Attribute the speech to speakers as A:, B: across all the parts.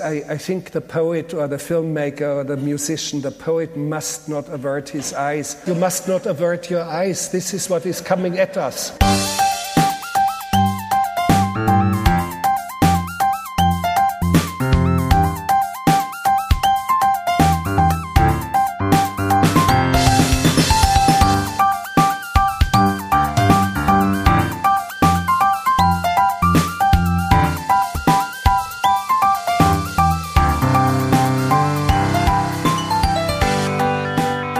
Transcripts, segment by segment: A: I, I think the poet or the filmmaker or the musician, the poet must not avert his eyes. You must not avert your eyes. This is what is coming at us.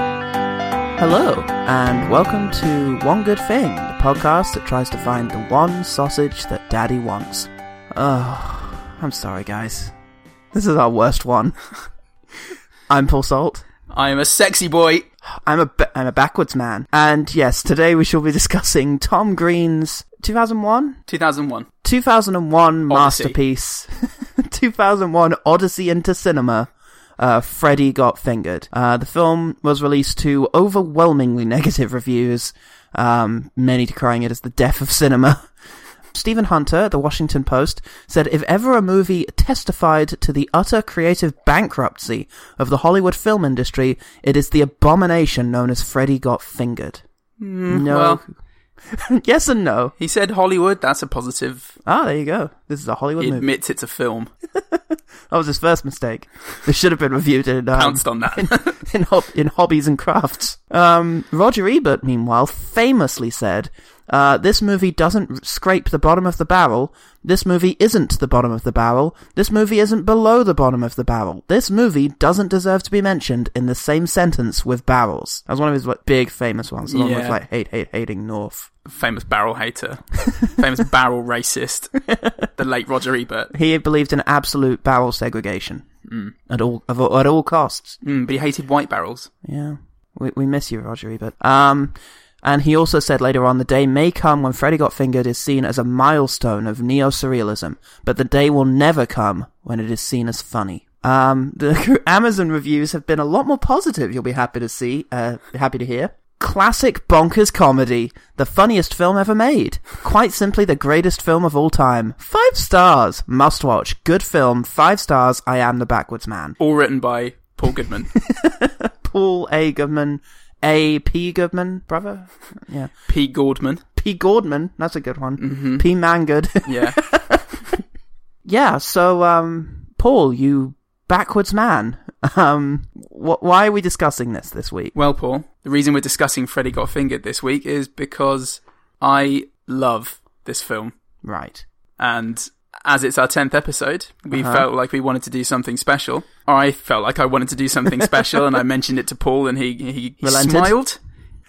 B: Hello, and welcome to One Good Thing, the podcast that tries to find the one sausage that Daddy wants. Oh, I'm sorry, guys. This is our worst one. I'm Paul Salt.
C: I'm a sexy boy.
B: I'm a ba- I'm a backwards man, and yes, today we shall be discussing Tom Green's 2001,
C: 2001.
B: 2001
C: Odyssey.
B: masterpiece, 2001 Odyssey into Cinema. Uh, Freddy got fingered. Uh, the film was released to overwhelmingly negative reviews, um, many decrying it as the death of cinema. Stephen Hunter, The Washington Post, said if ever a movie testified to the utter creative bankruptcy of the Hollywood film industry, it is the abomination known as Freddy Got Fingered. no. yes and no.
C: He said Hollywood. That's a positive.
B: Ah, there you go. This is a Hollywood
C: He
B: movie.
C: admits it's a film.
B: That was his first mistake. This should have been reviewed in um,
C: Pounced on that.
B: in, hob- in hobbies and crafts. Um, Roger Ebert, meanwhile, famously said, uh, "This movie doesn't scrape the bottom of the barrel. This movie isn't the bottom of the barrel. This movie isn't below the bottom of the barrel. This movie doesn't deserve to be mentioned in the same sentence with barrels." That was one of his like, big famous ones, along with
C: Yeah.
B: like "Hate, Hate, Hating North."
C: Famous barrel hater. Famous barrel racist. The late Roger Ebert.
B: He believed in absolute barrel segregation at all of, all- at all costs.
C: Mm, but he hated white barrels.
B: Yeah. We, we miss you, Roger Ebert. Um, and he also said later on, the day may come when Freddy Got Fingered is seen as a milestone of neo-surrealism, but the day will never come when it is seen as funny. Um, the Amazon reviews have been a lot more positive, you'll be happy to see, uh, happy to hear. Classic bonkers comedy. The funniest film ever made. Quite simply the greatest film of all time. Five stars. Must watch. Good film. Five stars. I am the backwards man.
C: All written by Paul Goodman.
B: Paul A. Goodman, A. P. Goodman, brother? Yeah.
C: P. Gordman.
B: P. Gordman, that's a good one. P. Mangood.
C: Yeah.
B: yeah, so, um, Paul, you backwards man. Um, wh- why are we discussing this this week?
C: Well, Paul, the reason we're discussing Freddy Got Fingered this week is because I love this film.
B: Right.
C: and as it's our 10th episode, we
B: Uh-huh.
C: felt like we wanted to do something special. I felt like I wanted to do something special, and I mentioned it to Paul, and he he, he
B: Relented?
C: smiled.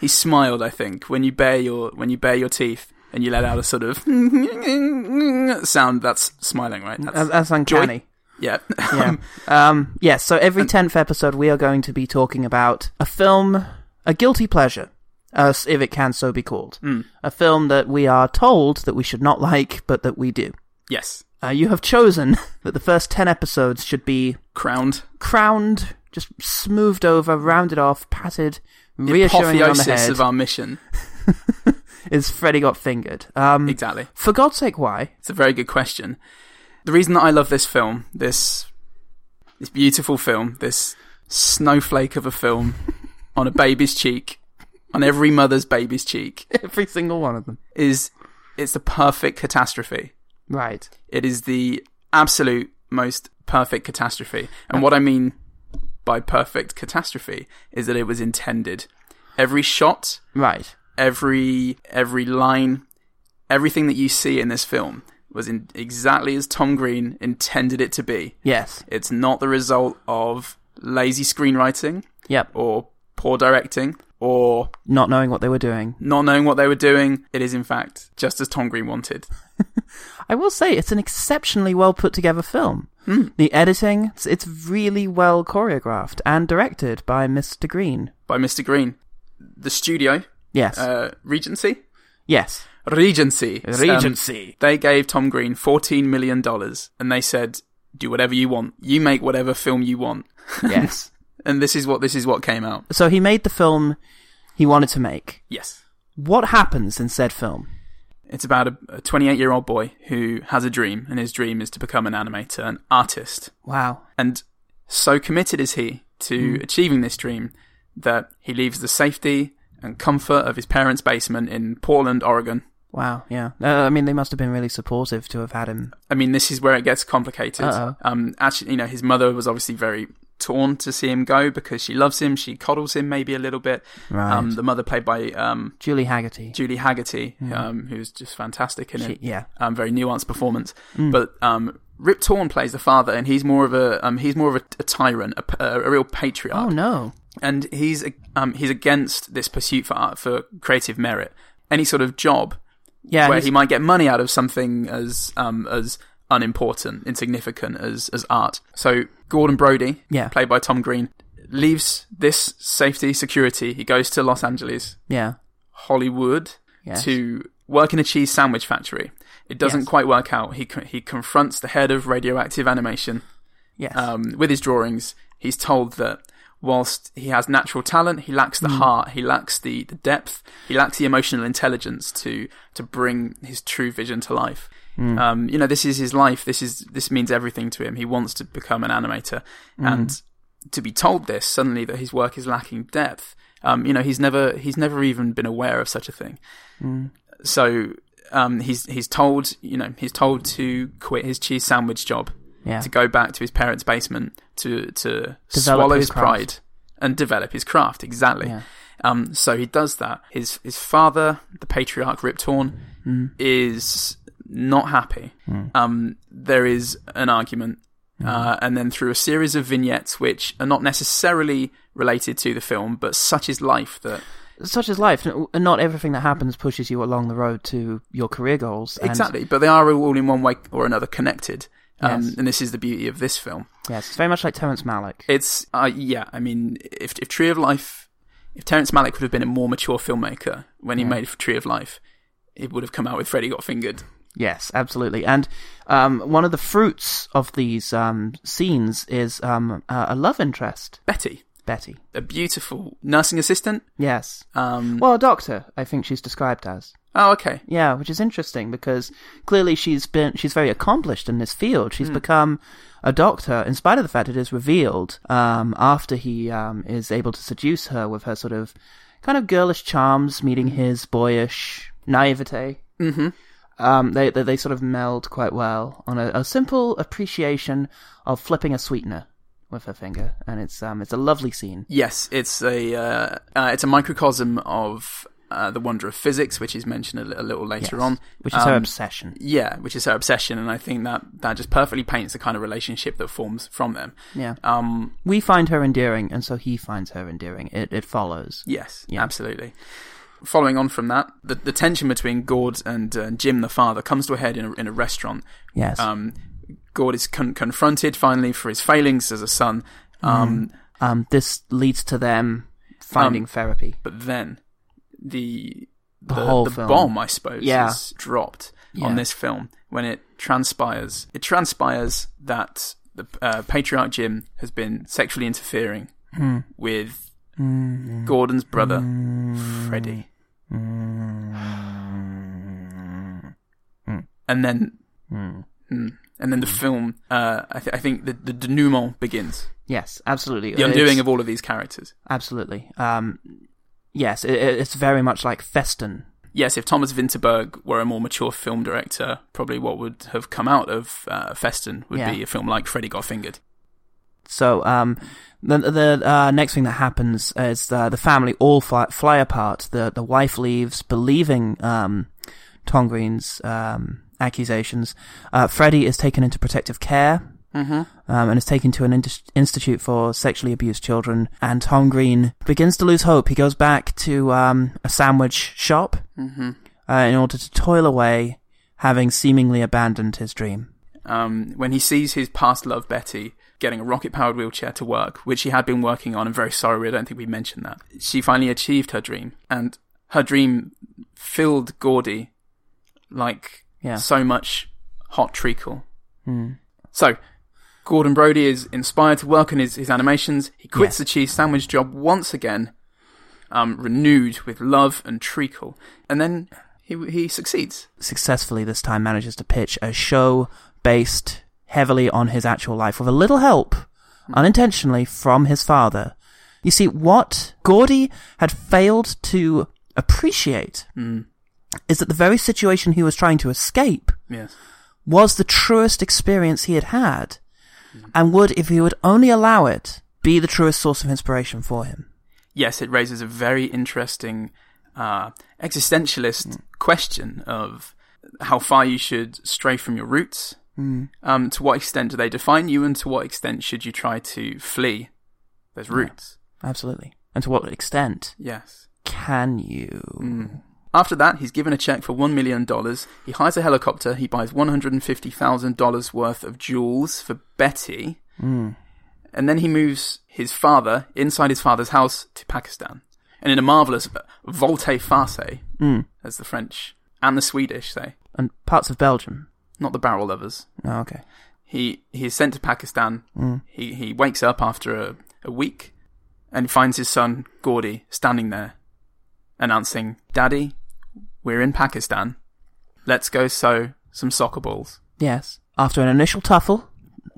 C: He smiled, I think, when you bare your when you bare your teeth and you let out a sort of sound. That's smiling, right? That's,
B: That- That's uncanny.
C: yeah.
B: Yeah. um, yeah, so every 10th episode, we are going to be talking about a film, a guilty pleasure. Uh, if it can so be called. A film that we are told that we should not like, but that we do.
C: yes.
B: Uh, you have chosen that the first 10 episodes should be
C: Crowned.
B: crowned, just smoothed over, rounded off, patted, reassuring on the
C: Apotheosis
B: head.
C: of our mission.
B: Is Freddy got fingered? Um,
C: Exactly.
B: for God's sake, why?
C: It's a very good question. The reason that I love this film, this this beautiful film, this snowflake of a film on a baby's cheek, on every mother's baby's cheek,
B: Every single one of them.
C: is it's the perfect catastrophe.
B: Right.
C: It is the absolute most perfect catastrophe. And what I mean by perfect catastrophe is that it was intended. Every shot,
B: Right.
C: every every line, everything that you see in this film was in exactly as Tom Green intended it to be.
B: Yes.
C: It's not the result of lazy screenwriting
B: Yep.
C: or poor directing or
B: Not knowing what they were doing.
C: not knowing what they were doing. It is in fact just as Tom Green wanted.
B: I will say it's an exceptionally well put together film. The editing, it's, it's really well choreographed and directed by Mr. Green.
C: By Mr. Green. The studio,
B: Yes.
C: uh, Regency?
B: yes.
C: Regency. Um,
B: Regency.
C: they gave Tom Green $14 million and they said, do whatever you want. You make whatever film you want.
B: yes.
C: And this is what this is what came out.
B: So he made the film he wanted to make.
C: Yes.
B: What happens in said film?
C: It's about a- a 28 year old boy who has a dream, and his dream is to become an animator, an artist.
B: Wow.
C: And so committed is he to
B: Hmm.
C: achieving this dream that he leaves the safety and comfort of his parents' basement in Portland, Oregon.
B: Wow. Yeah. Uh, I mean, they must have been really supportive to have had him.
C: I mean, this is where it gets complicated.
B: Uh-oh.
C: Um, actually, you know, his mother was obviously very torn to see him go because she loves him. She coddles him maybe a little bit.
B: Right.
C: Um, the mother played by um,
B: Julie Haggerty.
C: Julie Haggerty, um, who's just fantastic in
B: She-
C: it.
B: yeah.
C: Um, very nuanced performance.
B: Mm.
C: But um, Rip Torn plays the father, and he's more of a um, he's more of a, a tyrant, a, p- a- a real patriarch
B: Oh no.
C: and he's um, he's against this pursuit for art, for creative merit. Any sort of job
B: Yeah.
C: where
B: he's-
C: he might get money out of something as um, as unimportant, insignificant as as art. So Gordon Brody,
B: Yeah.
C: played by Tom Green, leaves this safety security. He goes to Los Angeles,
B: yeah.
C: Hollywood,
B: Yes.
C: to work in a cheese sandwich factory. It doesn't
B: Yes.
C: quite work out. He co- he confronts the head of radioactive animation
B: Yes.
C: um, with his drawings, he's told that whilst he has natural talent, he lacks the heart, he lacks the, the depth, he lacks the emotional intelligence to to bring his true vision to life. Um, you know, this is his life. This is this means everything to him. He wants to become an animator, and to be told this suddenly that his work is lacking depth. Um, you know, he's never he's never even been aware of such a thing. So um, he's he's told you know he's told to quit his cheese sandwich job
B: yeah.
C: to go back to his parents' basement to to
B: Develop
C: swallow
B: his
C: his, pride
B: craft.
C: and develop his craft. Exactly.
B: Yeah.
C: Um, so he does that. His his father, the patriarch Rip Torn,
B: Mm.
C: is not happy. Um, there is an argument,
B: Mm.
C: uh, and then through a series of vignettes which are not necessarily related to the film, but such is life that
B: Such is life. N- Not everything that happens pushes you along the road to your career goals. And,
C: exactly. But they are all in one way or another connected. Um,
B: Yes.
C: And this is the beauty of this film.
B: Yes. It's very much like Terrence Malick.
C: It's uh, yeah. I mean, if if Tree of Life, if Terrence Malick would have been a more mature filmmaker when he made Tree of Life, it would have come out with Freddy Got Fingered.
B: Yes, absolutely. And um, one of the fruits of these um, scenes is um, uh, a love interest,
C: Betty,
B: Betty.
C: a beautiful nursing assistant.
B: Yes.
C: Um,
B: Well, a doctor, I think she's described as.
C: oh, okay.
B: Yeah, which is interesting because clearly she's been she's very accomplished in this field.
C: Hmm.
B: She's become a doctor in spite of the fact it is revealed um, after he um, is able to seduce her with her sort of kind of girlish charms, meeting
C: Hmm.
B: his boyish naivete. Mm-hmm. Um, they, they they sort of meld quite well on a, a simple appreciation of flipping a sweetener with her finger, and it's um it's a lovely scene.
C: Yes, it's a uh, uh, it's a microcosm of uh, the wonder of physics, which is mentioned a, li- a little later
B: Yes.
C: on,
B: which is her
C: Um,
B: obsession.
C: Yeah, which is her obsession, and I think that that just perfectly paints the kind of relationship that forms from them.
B: Yeah.
C: Um,
B: we find her endearing, and so he finds her endearing. It it follows.
C: Yes,
B: Yeah.
C: absolutely. Following on from that, the, the tension between Gord and uh, Jim, the father, comes to a head in a, in a restaurant.
B: Yes.
C: Um, Gord is con- confronted finally for his failings as a son, um,
B: Um, this leads to them finding
C: Um,
B: therapy.
C: but then the
B: The whole film.
C: bomb, I suppose,
B: Yeah.
C: is dropped
B: Yeah.
C: on this film when it transpires. It transpires that the uh, patriarch Jim has been sexually interfering
B: Hmm.
C: with
B: Mm-hmm.
C: Gordon's brother, Freddie. And then, Mm. and then the film. Uh, I, th- I think the, the denouement begins.
B: Yes, absolutely.
C: The undoing of all of these characters.
B: absolutely. Um, yes, it, it- it's very much like Feston.
C: yes, if Thomas Vinterberg were a more mature film director, probably what would have come out of uh, Feston would
B: Yeah.
C: be a film like Freddy Got Fingered.
B: So um, the the uh, next thing that happens is uh, the family all fly, fly apart. The the wife leaves, believing um, Tom Green's um, accusations. Uh, Freddie is taken into protective care um, and is taken to an indus- institute for sexually abused children. And Tom Green begins to lose hope. He goes back to um, a sandwich shop uh, in order to toil away, having seemingly abandoned his dream.
C: Um, when he sees his past love, Betty, getting a rocket powered wheelchair to work, which she had been working on, I'm very sorry, I don't think we mentioned that. She finally achieved her dream, and her dream filled Gordy like
B: Yeah.
C: so much hot treacle. So, Gordon Brody is inspired to work on his, his animations. He quits
B: Yes.
C: the cheese sandwich job once again, um, renewed with love and treacle. And then he he succeeds.
B: successfully this time manages to pitch a show based heavily on his actual life with a little help, unintentionally, from his father. You see, what Gordy had failed to appreciate is that the very situation he was trying to escape
C: Yes.
B: was the truest experience he had had, and would, if he would only allow it, be the truest source of inspiration for him.
C: yes, it raises a very interesting uh, existentialist question of how far you should stray from your roots. Um, to what extent do they define you, and to what extent should you try to flee those roots?
B: Absolutely. And to what extent
C: Yes.
B: can you?
C: After that, he's given a check for $1 million. He hires a helicopter. He buys $150,000 worth of jewels for Betty.
B: Hmm.
C: And then he moves his father inside his father's house to Pakistan. And in a uh, marvellous volte face,
B: Hmm.
C: as the French and the Swedish say,
B: And parts of Belgium.
C: not the barrel lovers,
B: Oh, okay.
C: he, he is sent to Pakistan. He, he wakes up after a, a week and finds his son, Gordy, standing there announcing, Daddy, we're in Pakistan. Let's go sow some soccer balls.
B: Yes. After an initial tuffle,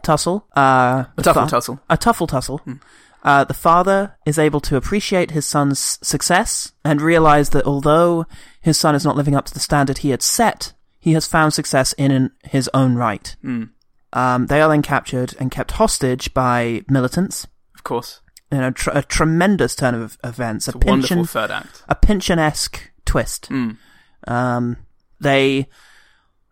B: tussle, uh, the
C: tuffle tussle. Hmm.
B: a tuffle tussle, uh, the father is able to appreciate his son's success and realize that although his son is not living up to the standard he had set, he has found success in, in his own right.
C: Hmm.
B: Um, they are then captured and kept hostage by militants.
C: Of course.
B: You know, tr- a tremendous turn of events.
C: It's a wonderful third act.
B: a Pynchon-esque twist. Um, they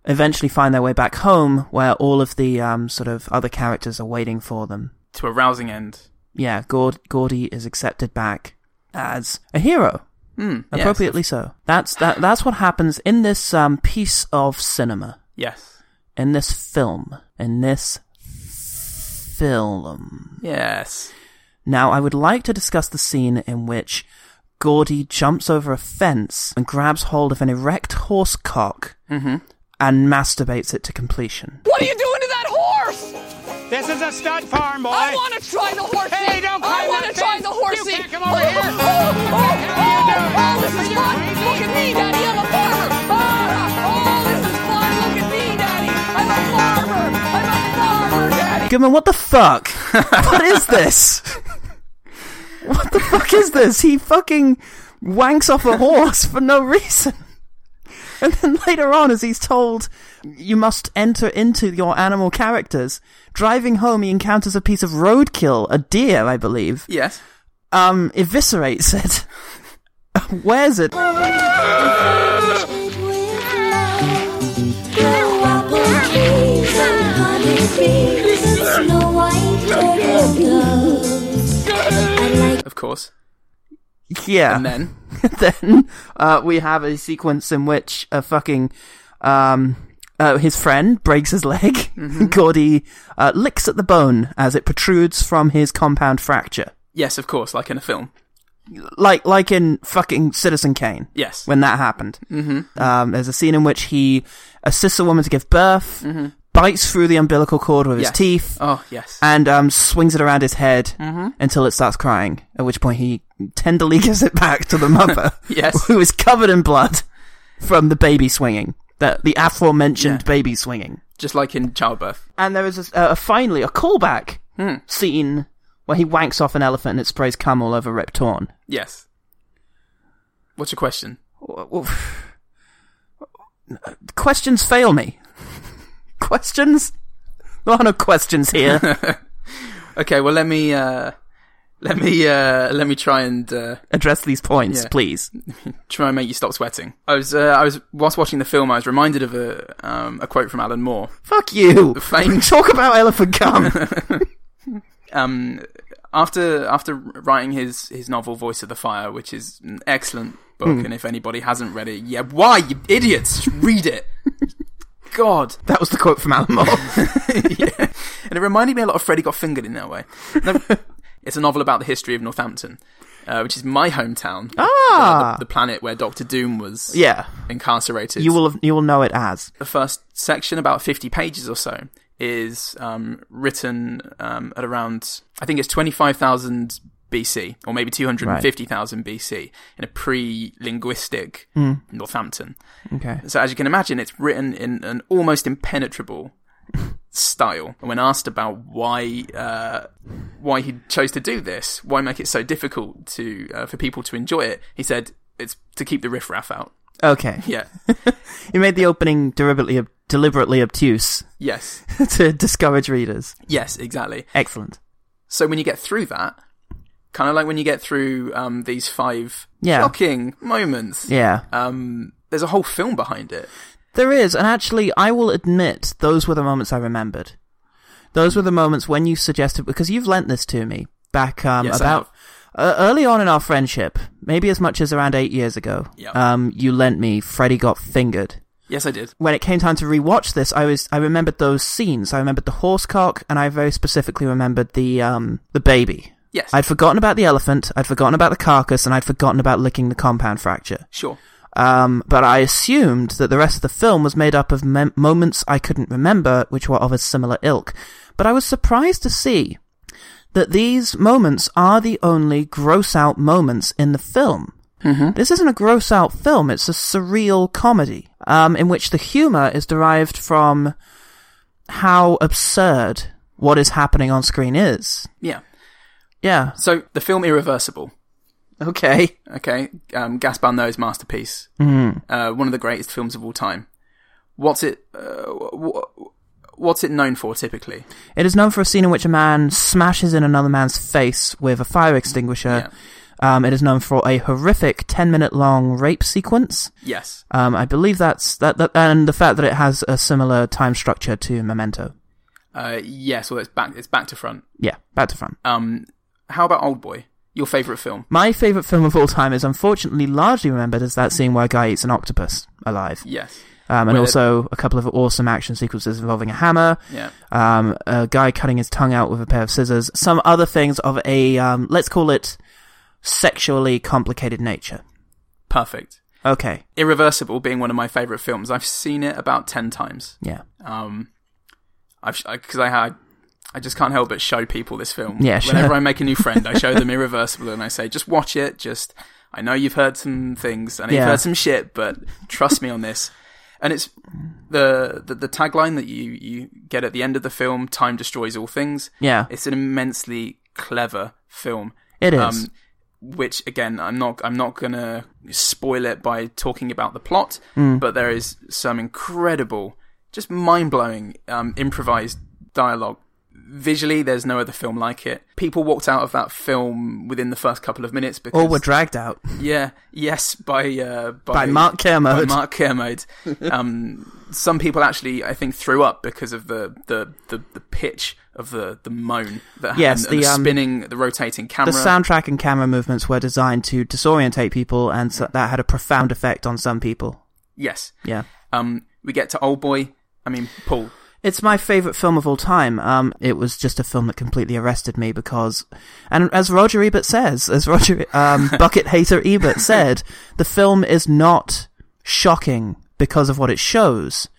B: eventually find their way back home, where all of the um, sort of other characters are waiting for them.
C: To a rousing end.
B: Yeah, Gord- Gordy is accepted back as a hero,
C: Mm, yes.
B: appropriately so. That's that. That's what happens in this um, piece of cinema,
C: Yes.
B: in this film, in this film.
C: Yes.
B: Now, I would like to discuss the scene in which Gordy jumps over a fence and grabs hold of an erect horse cock and masturbates it to completion.
D: What are you doing to that horse?
E: This is a stud farm, boy.
D: I want to try the horse
E: Hey,
D: seat.
E: don't
D: I
E: climb
D: want
E: that
D: to try
E: fence.
D: the horse
E: You
D: seat.
E: can't come over here.
D: Oh, oh, oh, oh, this is fun. Look at me, Daddy. I'm a farmer. Ah, oh, this is fun. Look at me, Daddy. I'm a farmer. I'm a farmer, Daddy.
B: Goodman, what the fuck? what is this? what the fuck is this? He fucking wanks off a horse for no reason. And then later on, as he's told, you must enter into your animal characters. Driving home, he encounters a piece of roadkill, a deer, I believe.
C: Yes.
B: um, eviscerates it, wears it,
F: Grow apple trees and honeybees and snow white little doves. I like
C: Of course.
B: yeah.
C: And then
B: then uh, we have a sequence in which a fucking um, uh, his friend breaks his leg.
C: Mm-hmm.
B: Gordy uh, licks at the bone as it protrudes from his compound fracture,
C: yes, of course, like in a film.
B: like like in fucking Citizen Kane.
C: Yes.
B: when that happened. Mm-hmm. Um, there's a scene in which he assists a woman to give birth, bites through the umbilical cord with
C: Mm-hmm.
B: his
C: Yes.
B: teeth.
C: Oh yes.
B: and um, swings it around his head
C: Mm-hmm.
B: until it starts crying. At which point he tenderly gives it back to the mother,
C: Yes.
B: who is covered in blood from the baby swinging, the the aforementioned
C: Yeah.
B: baby swinging.
C: Just like in childbirth.
B: And there is a, uh, finally a callback
C: Hmm.
B: scene where he wanks off an elephant and it sprays cum all over Rip Torn.
C: Yes. What's your question?
B: Questions fail me. questions? There are no questions here.
C: Okay, well let me uh let me uh let me try and uh
B: Address these points,
C: Yeah.
B: please.
C: try and make you stop sweating. I was uh, I was whilst watching the film I was reminded of a um a quote from Alan Moore.
B: Fuck you.
C: Fine.
B: Talk about elephant cum.
C: Um after after writing his his novel Voice of the Fire, which is an excellent book
B: Hmm.
C: and if anybody hasn't read it, yeah, why you idiots read it. God.
B: That was the quote from Alan Moore.
C: yeah. And it reminded me a lot of Freddy Got Fingered in that way. No, it's a novel about the history of Northampton, uh, which is my hometown.
B: Ah.
C: Uh, the, the planet where Doctor Doom was
B: yeah,
C: incarcerated.
B: you will have, you will know it as
C: The first section, about 50 pages or so, is um, written um, at around, I think it's 25,000 BC, or maybe 250,000 BC, in a pre linguistic Northampton.
B: Okay.
C: So, as you can imagine, it's written in an almost impenetrable style. And when asked about why uh, why he chose to do this, why make it so difficult to uh, for people to enjoy it, he said it's to keep the riffraff out.
B: Okay.
C: Yeah.
B: You made the opening deliberately deliberately obtuse
C: yes.
B: to discourage readers.
C: Yes. Exactly.
B: Excellent.
C: So when you get through that, kind of like when you get through um, these five
B: Yeah.
C: shocking moments,
B: Yeah.
C: um, there's a whole film behind it.
B: There is, and actually, I will admit those were the moments I remembered. Those were the moments when you suggested because you've lent this to me back um,
C: Yes, I
B: about uh, early on in our friendship, maybe as much as around eight years ago.
C: Yep.
B: Um, you lent me Freddy Got Fingered.
C: Yes, I did.
B: When it came time to rewatch this, I was I remembered those scenes. I remembered the horsecock, and I very specifically remembered the um the baby.
C: Yes.
B: I'd forgotten about the elephant. I'd forgotten about the carcass, and I'd forgotten about licking the compound fracture.
C: Sure.
B: Um, but I assumed that the rest of the film was made up of mem- moments I couldn't remember, which were of a similar ilk. But I was surprised to see that these moments are the only gross out moments in the film. Mm-hmm. This isn't a gross out film, it's a surreal comedy, um, in which the humor is derived from how absurd what is happening on screen is.
C: Yeah.
B: Yeah.
C: So the film Irreversible.
B: Okay.
C: Okay, um, Gaspar Noé's masterpiece,
B: Mm-hmm.
C: uh, one of the greatest films of all time. What's it? Uh, w- what's it known for typically?
B: It is known for a scene in which a man smashes in another man's face with a fire extinguisher. Um, it is known for a horrific ten-minute-long rape sequence.
C: Yes,
B: Um, I believe that's that, that, and the fact that it has a similar time structure to Memento.
C: uh, yes. Well, it's back. It's back to front.
B: Yeah, back to front.
C: Um, how about Old Boy? Your favorite film?
B: My favorite film of all time is unfortunately largely remembered as that scene where a guy eats an octopus alive,
C: Yes.
B: um, and
C: Well, it-
B: also a couple of awesome action sequences involving a hammer.
C: Yeah.
B: um, a guy cutting his tongue out with a pair of scissors, some other things of a, um, let's call it sexually complicated nature.
C: Perfect.
B: Okay.
C: Irreversible being one of my favorite films. I've seen it about ten times.
B: Yeah.
C: Um, I've because I had. I just can't help but show people this film.
B: Yeah, sure.
C: Whenever I make a new friend, I show them Irreversible and I say, just watch it. Just, I know you've heard some things and
B: Yeah.
C: you've heard some shit, but trust me on this. And it's the, the the tagline that you you get at the end of the film: "Time destroys all things."
B: Yeah.
C: it's an immensely clever film.
B: It is.
C: Um, which again, I'm not I'm not gonna spoil it by talking about the plot,
B: Mm.
C: but there is some incredible, just mind blowing um, improvised dialogue. Visually, there's no other film like it. People walked out of that film within the first couple of minutes because
B: Or were dragged out.
C: yeah, yes, by uh, by,
B: By Mark Kermode.
C: By Mark Kermode. um, some people actually, I think, threw up because of the the, the, the pitch of the, the moan that
B: Yes,
C: happened, and
B: the,
C: the,
B: um,
C: spinning, the rotating camera.
B: The soundtrack and camera movements were designed to disorientate people, and so that had a profound effect on some people.
C: Yes.
B: Yeah.
C: Um, we get to Old Boy. I mean, Paul.
B: It's my favorite film of all time. Um, it was just a film that completely arrested me because, and as Roger Ebert says, as Roger um, Bucket Hater Ebert said, the film is not shocking because of what it shows.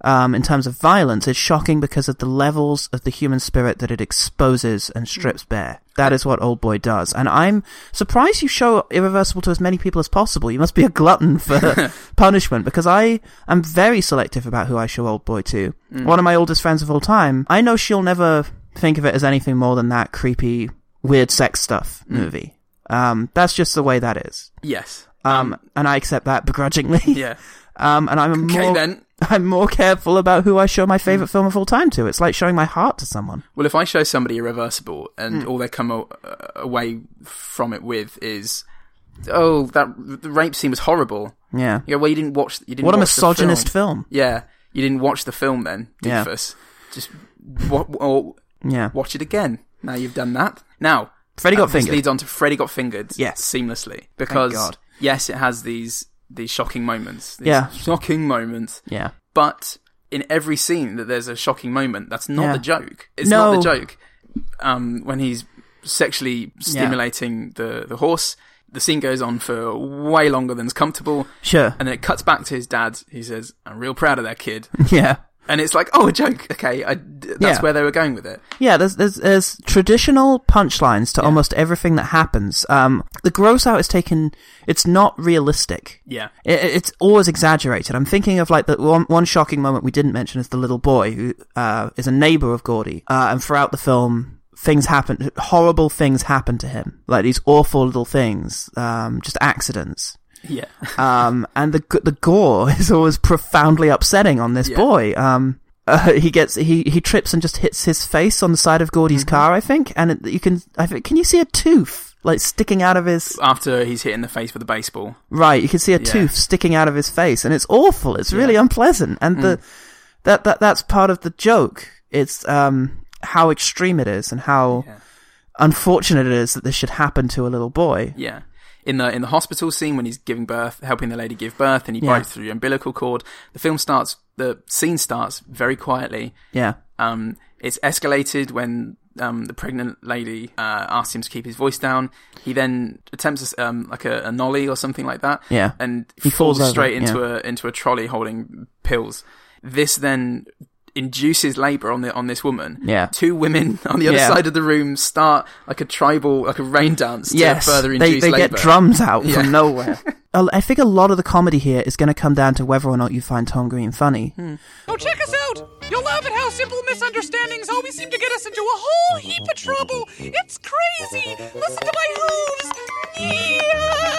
B: Um, in terms of violence, it's shocking because of the levels of the human spirit that it exposes
C: Mm.
B: and strips bare. That is what Old Boy does, and I'm surprised you show Irreversible to as many people as possible. You must be a glutton for punishment because I am very selective about who I show Old Boy to.
C: Mm.
B: One of my oldest friends of all time, I know she'll never think of it as anything more than that creepy, weird sex stuff
C: Mm.
B: movie. Um, that's just the way that is.
C: Yes.
B: Um, and I accept that begrudgingly.
C: Yeah.
B: Um, and I'm
C: Okay,
B: more,
C: then.
B: I'm more careful about who I show my favorite film of all time to. It's like showing my heart to someone.
C: Well, if I show somebody Irreversible and
B: Hmm.
C: all they come a- uh, away from it with is, oh, that the rape scene was horrible.
B: Yeah.
C: Yeah, well, you didn't watch. You didn't
B: What a
C: watch the
B: misogynist film.
C: Yeah, you didn't watch the film then,
B: Yeah.
C: doofus. Just wa- or
B: Yeah.
C: watch it again. Now you've done that. Now
B: Freddy Got
C: uh, this
B: Fingered.
C: leads on to Freddy got fingered.
B: Yes.
C: seamlessly because
B: God.
C: yes, it has these these shocking moments. These
B: Yeah.
C: shocking moments.
B: Yeah.
C: But in every scene that there's a shocking moment, that's not
B: Yeah.
C: the joke. It's
B: No.
C: not the joke. Um, when he's sexually stimulating the the horse. The scene goes on for way longer than is comfortable.
B: Sure.
C: And then it cuts back to his dad. He says, I'm real proud of that kid.
B: Yeah.
C: and it's like, oh, a joke. Okay, I, that's
B: Yeah.
C: where they were going with it.
B: Yeah, there's there's, there's traditional punchlines to almost everything that happens. Um, the gross out is taken. It's not realistic.
C: Yeah.
B: It, it's always exaggerated. I'm thinking of like the one, one shocking moment we didn't mention is the little boy who uh, is a neighbor of Gordy, uh, and throughout the film, things happen, horrible things happen to him, like these awful little things, um, just accidents.
C: Yeah,
B: Um, and the g- the gore is always profoundly upsetting on this
C: Yeah.
B: boy. Um, uh, he gets he he trips and just hits his face on the side of Gordy's
C: Mm-hmm.
B: car, I think, and it, you can I think can you see a tooth like sticking out of his
C: after he's hit in the face with a baseball.
B: right? You can see a
C: Yeah.
B: tooth sticking out of his face, and it's awful. It's really unpleasant, and
C: Mm.
B: the that that that's part of the joke. It's um how extreme it is and how unfortunate it is that this should happen to a little boy.
C: Yeah. In the in the hospital scene when he's giving birth, helping the lady give birth, and he
B: Yeah.
C: bites through the umbilical cord. The film starts. The scene starts very quietly.
B: Yeah,
C: Um, it's escalated when um, the pregnant lady uh, asks him to keep his voice down. He then attempts a, um, like a, a nollie or something like that.
B: Yeah.
C: and
B: He
C: falls,
B: falls over,
C: straight into
B: yeah.
C: a into a trolley holding pills. This then induces labor on the on this woman.
B: Yeah.
C: two women on the other
B: Yeah.
C: side of the room start like a tribal like a rain dance. To
B: yes,
C: further
B: they
C: induce
B: they
C: labor.
B: get drums out
C: Yeah.
B: from nowhere. I I think a lot of the comedy here is going to come down to whether or not you find Tom Green funny.
C: Hmm.
G: Oh, check us out! You'll love it how simple misunderstandings always seem to get us into a whole heap of trouble. It's crazy! Listen to my hooves! Yeah!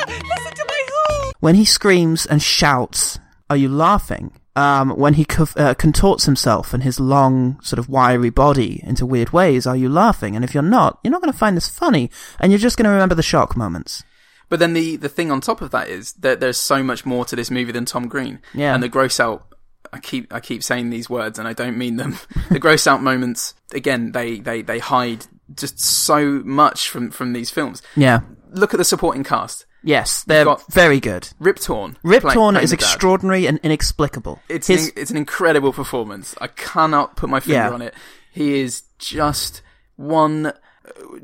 G: Listen to my hooves!
B: When he screams and shouts, "Are you laughing?" Um, when he co- uh, contorts himself and his long, sort of wiry body into weird ways, "Are you laughing?" And if you're not, you're not going to find this funny, and you're just going to remember the shock moments.
C: But then the the thing on top of that is that there's so much more to this movie than Tom Green.
B: Yeah.
C: And the gross out. I keep I keep saying these words and I don't mean them. the gross out moments again. They they they hide just so much from from these films.
B: Yeah.
C: Look at the supporting cast.
B: Yes, they're
C: got-
B: very good.
C: Rip Torn.
B: Rip
C: play-
B: Torn
C: playing
B: is
C: the dad.
B: extraordinary and inexplicable.
C: It's
B: His-
C: an, it's an incredible performance. I cannot put my finger
B: Yeah.
C: on it. He is just one uh,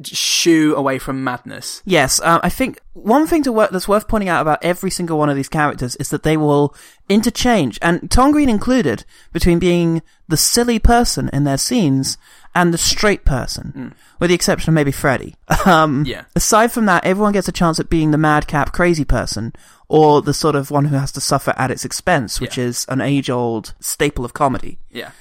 C: shoe away from madness.
B: Yes, uh, I think one thing to wor- that's worth pointing out about every single one of these characters is that they will interchange, and Tom Green included, between being the silly person in their scenes and the straight person, with the exception of maybe Freddy. Um,
C: Yeah.
B: Aside from that, everyone gets a chance at being the madcap crazy person or the sort of one who has to suffer at its expense, which
C: Yeah.
B: is an age-old staple of comedy
C: Yeah.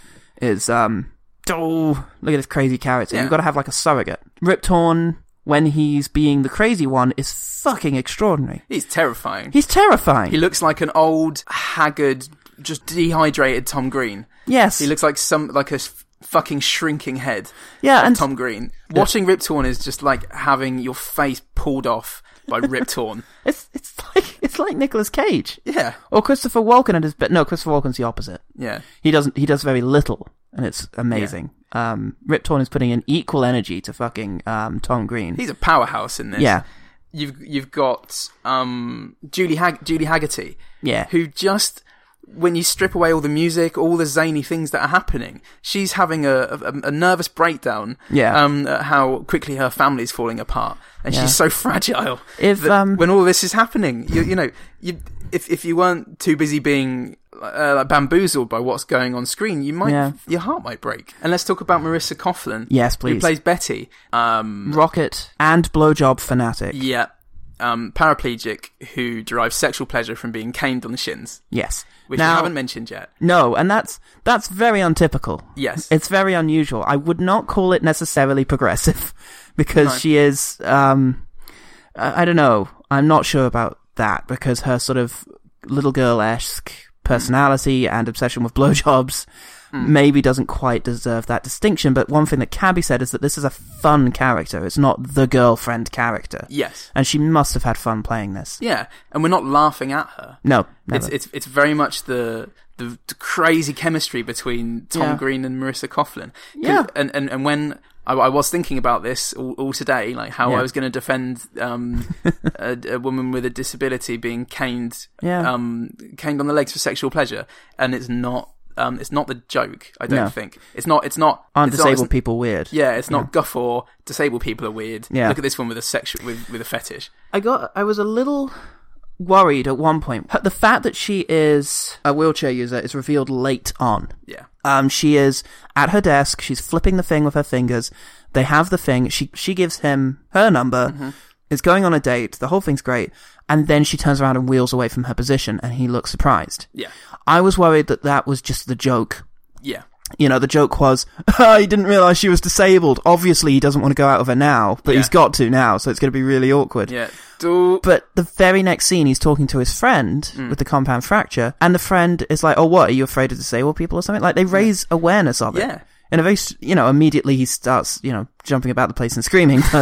B: is um oh look at this crazy character.
C: Yeah.
B: You've got to have like a surrogate. Rip Torn when he's being the crazy one is fucking extraordinary.
C: He's terrifying.
B: He's terrifying.
C: He looks like an old, haggard, just dehydrated Tom Green.
B: yes,
C: He looks like some like a s- fucking shrinking head.
B: Yeah,
C: of
B: and-
C: Tom Green. Watching Rip Torn is just like having your face pulled off by Rip Torn.
B: it's it's like it's like Nicolas Cage.
C: Yeah,
B: Or Christopher Walken and his but no, Christopher Walken's the opposite.
C: yeah,
B: He doesn't he does very little and it's amazing. Um Rip Torn is putting in equal energy to fucking um Tom Green.
C: he's a powerhouse in this.
B: yeah.
C: you've you've got um Julie Hag- Julie Haggerty.
B: Yeah.
C: who just when you strip away all the music, all the zany things that are happening, she's having a a, a nervous breakdown.
B: Yeah.
C: um, at how quickly her family's falling apart, and
B: Yeah.
C: she's so fragile.
B: If,
C: that
B: um,
C: when all this is happening, you, you know, you if if you weren't too busy being uh, like, bamboozled by what's going on screen, you might
B: Yeah.
C: your heart might break. And let's talk about Marissa Coughlin.
B: Yes,
C: Who
B: please.
C: plays Betty? Um,
B: Rocket and blowjob fanatic.
C: yeah. Um, paraplegic who derives sexual pleasure from being caned on the shins,
B: Yes.
C: which
B: now,
C: I haven't mentioned yet.
B: No, and that's that's very untypical.
C: Yes.
B: it's very unusual. I would not call it necessarily progressive because
C: No.
B: she is. Um, I, I don't know. I'm not sure about that because her sort of little girl esque personality and obsession with blowjobs
C: Hmm.
B: maybe doesn't quite deserve that distinction. But one thing that can be said is that this is a fun character. It's not the girlfriend character.
C: Yes.
B: and she must have had fun playing this.
C: Yeah, and we're not laughing at her.
B: No, never.
C: It's it's it's very much the the, the crazy chemistry between Tom
B: Yeah.
C: Green and Marissa Coughlin. 'Cause-
B: Yeah.
C: and and and when. I, I was thinking about this all, all today, like how
B: Yeah.
C: I was going to defend um, a, a woman with a disability being caned,
B: Yeah.
C: um, caned on the legs for sexual pleasure, and it's not, um, it's not the joke. I don't
B: No.
C: think it's not, it's not.
B: Aren't
C: it's not- it's-
B: disabled people weird?
C: Yeah, it's not guffaw. Disabled people are weird.
B: Yeah.
C: Look at this one with a sexual with, with a fetish.
B: I got I was a little worried at one point. Her- The fact that she is a wheelchair user is revealed late on.
C: Yeah.
B: Um, she is at her desk. She's flipping the thing with her fingers. They have the thing. She she gives him her number.
C: Mm-hmm.
B: Is going on a date. The whole thing's great. And then she turns around and wheels away from her position, and he looks surprised.
C: Yeah.
B: I was worried that that was just the joke.
C: Yeah.
B: You know, the joke was, he didn't realize she was disabled. Obviously, he doesn't want to go out with her now, but he's
C: Yeah.
B: got to now, so it's going to be really awkward.
C: Yeah. Do-
B: But the very next scene, he's talking to his friend with the compound fracture, and the friend is like, "Oh, what are you afraid of disabled people or something?" Like they raise awareness of it.
C: Yeah.
B: In a very, s- you know, immediately he starts, you know, jumping about the place and screaming.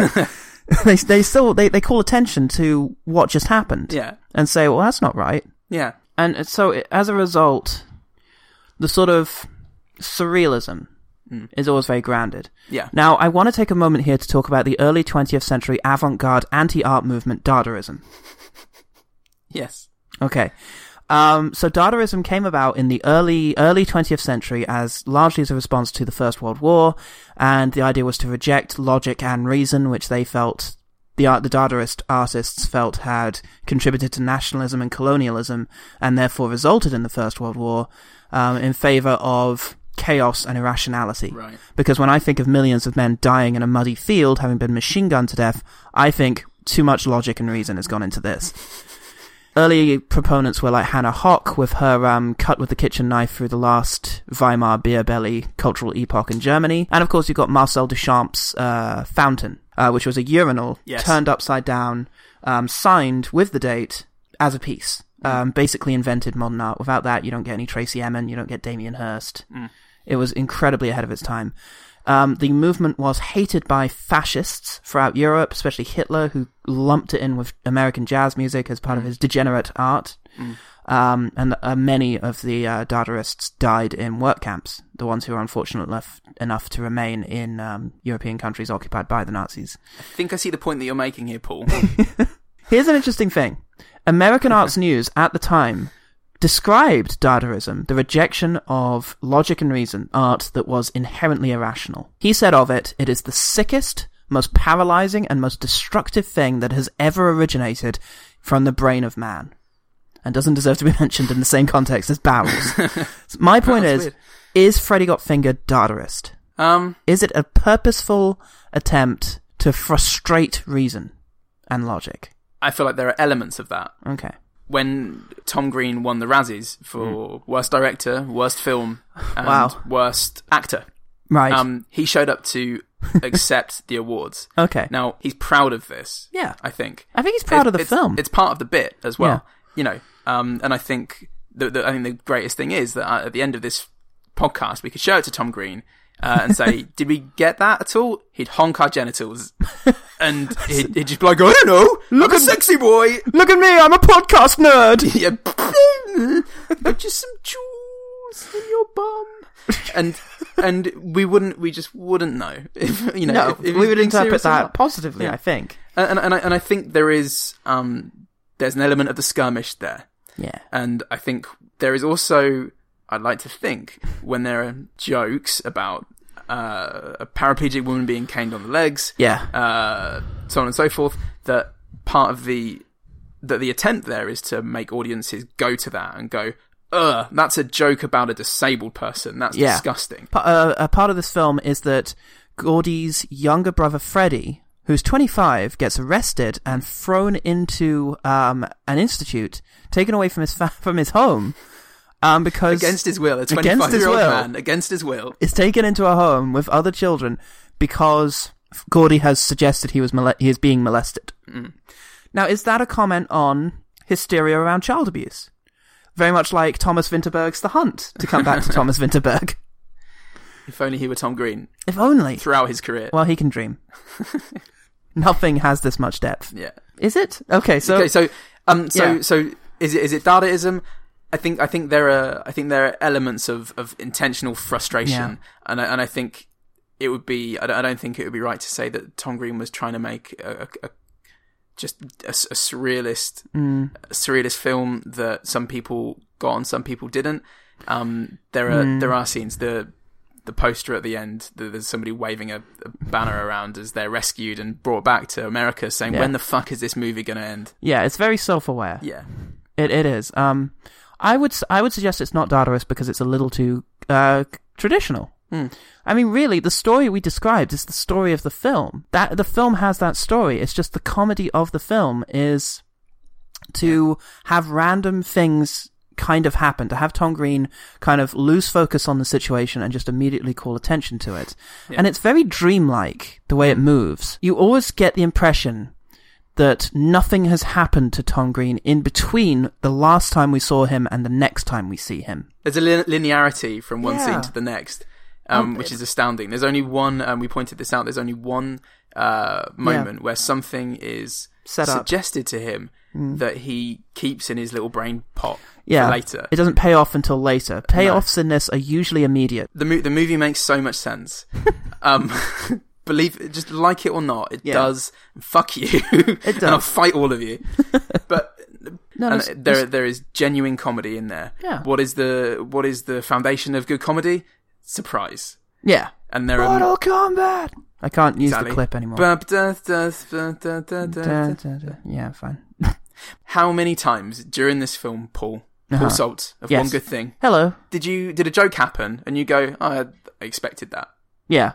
B: But they they still they, they call attention to what just happened.
C: Yeah.
B: And say, "Well, that's not right."
C: yeah.
B: And it- so it, as a result, the sort of surrealism is always very grounded.
C: Yeah.
B: Now, I want to take a moment here to talk about the early 20th century avant-garde anti-art movement Dadaism.
C: Yes.
B: Okay. Um, so Dadaism came about in the early early 20th century as largely as a response to the First World War, and the idea was to reject logic and reason, which they felt the art the Dadaist artists felt had contributed to nationalism and colonialism, and therefore resulted in the First World War, um, in favor of chaos and irrationality.
C: Right.
B: Because when I think of millions of men dying in a muddy field having been machine gunned to death, I think too much logic and reason has gone into this early proponents were like Hannah Hock with her um, cut with the kitchen knife through the last Weimar beer belly cultural epoch in Germany. And of course, you've got Marcel Duchamp's uh, Fountain, uh, which was a urinal
C: Yes.
B: turned upside down, um, signed with the date as a piece. Um, basically invented modern art. Without that, you don't get any Tracy Emin, you don't get Damien Hirst. It was incredibly ahead of its time. Um, the movement was hated by fascists throughout Europe, especially Hitler, who lumped it in with American jazz music as part of his degenerate art. Um, and uh, many of the uh, Dadaists died in work camps, the ones who were unfortunate enough, enough to remain in um, European countries occupied by the Nazis.
C: I think I see the point that you're making here, Paul.
B: Here's an interesting thing. American Arts News at the time described Dadaism, the rejection of logic and reason, art that was inherently irrational. He said of it, it is the sickest, most paralyzing, and most destructive thing that has ever originated from the brain of man. And doesn't deserve to be mentioned in the same context as Bowers. My point
C: That's
B: is,
C: weird.
B: is Freddy Got Fingered Dadaist?
C: um.
B: Is it a purposeful attempt to frustrate reason and logic?
C: I feel like there are elements of that.
B: Okay.
C: When Tom Green won the Razzies for worst director, worst film, and
B: Wow.
C: worst actor,
B: Right.
C: um, he showed up to accept the awards.
B: okay.
C: Now he's proud of this.
B: Yeah.
C: I think.
B: I think he's proud of the
C: it's,
B: film.
C: It's part of the bit as well.
B: Yeah.
C: You know, um, and I think the, the I think the greatest thing is that uh, at the end of this podcast, we could show it to Tom Green uh, and say, "Did we get that at all?" He'd honk our genitals, and he'd, he'd just be like, "I don't know. Look I'm a sexy boy.
B: Look at me, I'm a podcast nerd.
C: yeah, got you some jewels in your bum." And and we wouldn't we just wouldn't know if you know
B: No,
C: if- if
B: we
C: he's
B: would
C: being
B: interpret
C: serious or
B: that
C: not.
B: positively,
C: Yeah.
B: I think.
C: and and I, and I think there is um there's an element of the skirmish there,
B: Yeah.
C: and I think there is also I'd like to think when there are jokes about uh, a paraplegic woman being caned on the legs,
B: Yeah.
C: uh, so on and so forth, that part of the that the attempt there is to make audiences go to that and go. Ugh, that's a joke about a disabled person. That's
B: Yeah.
C: disgusting.
B: Pa- uh, a part of this film is that Gordy's younger brother Freddy, who's 25, gets arrested and thrown into um, an institute, taken away from his fa- from his home, um, because
C: Against his will, a
B: Against his
C: 25 year old
B: will.
C: man, against his will.
B: is taken into a home with other children because Gordy has suggested he was mole- he is being molested. Now, is that a comment on hysteria around child abuse? Very much like Thomas Vinterberg's The Hunt. To come back to Thomas Vinterberg,
C: If only he were Tom Green
B: if only.
C: throughout his career.
B: Well, he can dream. Nothing has this much depth.
C: yeah.
B: Is it okay? So,
C: okay, so um, so
B: Yeah.
C: so is it is it Dadaism? I think I think there are I think there are elements of of intentional frustration,
B: Yeah.
C: and I, and I think it would be I don't, I don't think it would be right to say that Tom Green was trying to make a, a, a just a, s- a surrealist
B: Mm.
C: a surrealist film
B: Mm.
C: that some people got and some people didn't. Um, there are there are scenes the the poster at the end. th- There's somebody waving a, a banner around as they're rescued and brought back to America, saying,
B: Yeah.
C: "When the fuck is this movie going to end?"
B: Yeah, it's very self-aware.
C: Yeah,
B: It it is. Um, I would s- I would suggest it's not Dardarus because it's a little too uh c- traditional. I mean, really, the story we described is the story of the film. That the film has that story. It's just the comedy of the film is to have random things kind of happen to have Tom Green kind of lose focus on the situation and just immediately call attention to it. And it's very dreamlike the way it moves. You always get the impression that nothing has happened to Tom Green in between the last time we saw him and the next time we see him.
C: there's a lin- linearity from one
B: Yeah.
C: scene to the next, um, which is astounding. There's only one. Um, we pointed this out. There's only one uh, moment where something is
B: Set up. Hmm.
C: suggested to him that he keeps in his little brain pot
B: Yeah.
C: for later.
B: It doesn't pay off until later. Payoffs in this are usually immediate.
C: the mo- the movie makes so much sense. um, believe just like it or not, it
B: Yeah.
C: does. Fuck you. It does. and I'll fight all of you. but
B: No,
C: and
B: it's-
C: there there is genuine comedy in there.
B: Yeah.
C: What is the what is the foundation of good comedy? Surprise.
B: Yeah.
C: And there
B: Mortal
C: are
B: Kombat! I can't use the clip anymore. Da,
C: anymore.
B: da, da. Yeah, fine.
C: How many times during this film, Paul, Paul Salt of
B: Uh-huh. Yes.
C: One Good Thing,
B: Hello.
C: did you did a joke happen and you go, oh, I expected that?
B: Yeah.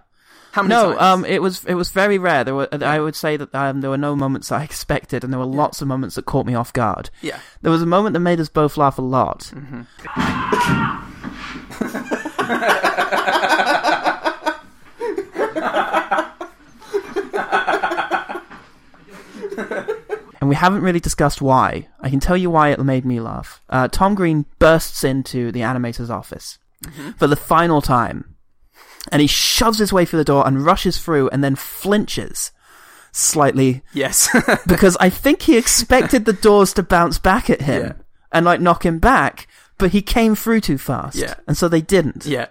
C: How many
B: No,
C: times?
B: um, it was it was very rare. There were I would say that um, there were no moments I expected, and there were lots of moments that caught me off guard.
C: Yeah. Mm-hmm.
B: There was a moment that made us both laugh a lot. and we haven't really discussed why. I can tell you why it made me laugh. Uh, Tom Green bursts into the animator's office
C: Mm-hmm.
B: for the final time, and he shoves his way through the door and rushes through, and then flinches slightly
C: Yes.
B: because I think he expected the doors to bounce back at him
C: Yeah.
B: and like knock him back, but he came through too fast.
C: Yeah.
B: And so they didn't.
C: yeah.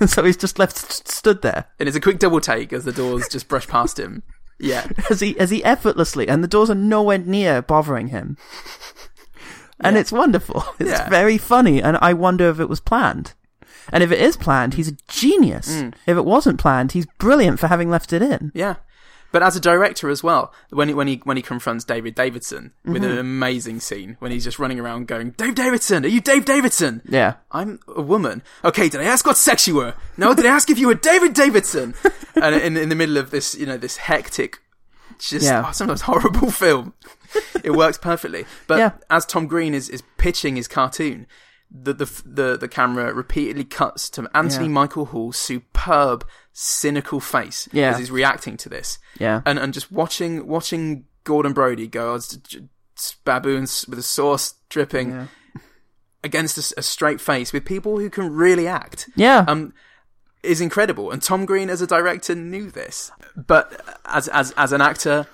B: And so he's just left st- stood there
C: and it's a quick double take as the doors just brush past him. Yeah,
B: as he as he effortlessly and the doors are nowhere near bothering him. And it's wonderful. It's
C: Yeah.
B: very funny and I wonder if it was planned. And if it is planned, he's a genius.
C: Mm.
B: If it wasn't planned, he's brilliant for having left it in.
C: yeah. But as a director as well, when he, when he when he confronts David Davidson with an amazing scene when he's just running around going, "Dave Davidson, are you Dave Davidson?"
B: Yeah.
C: I'm a woman. Okay, did I ask what sex you were? No, did I ask if you were David Davidson? and in in the middle of this, you know, this hectic, just
B: Yeah.
C: oh, sometimes horrible film, it works perfectly. But
B: Yeah.
C: as Tom Green is, is pitching his cartoon, the the f- the, the camera repeatedly cuts to Anthony
B: Yeah.
C: Michael Hall's superb cynical face
B: Yeah.
C: as he's reacting to this.
B: Yeah.
C: and and just watching watching Gordon Brody go "Oh, it's j- j- baboons with the sauce dripping against a s- a, straight face with people who can really act
B: Yeah.
C: um, is incredible. And Tom Green, as a director, knew this. But as as as an actor,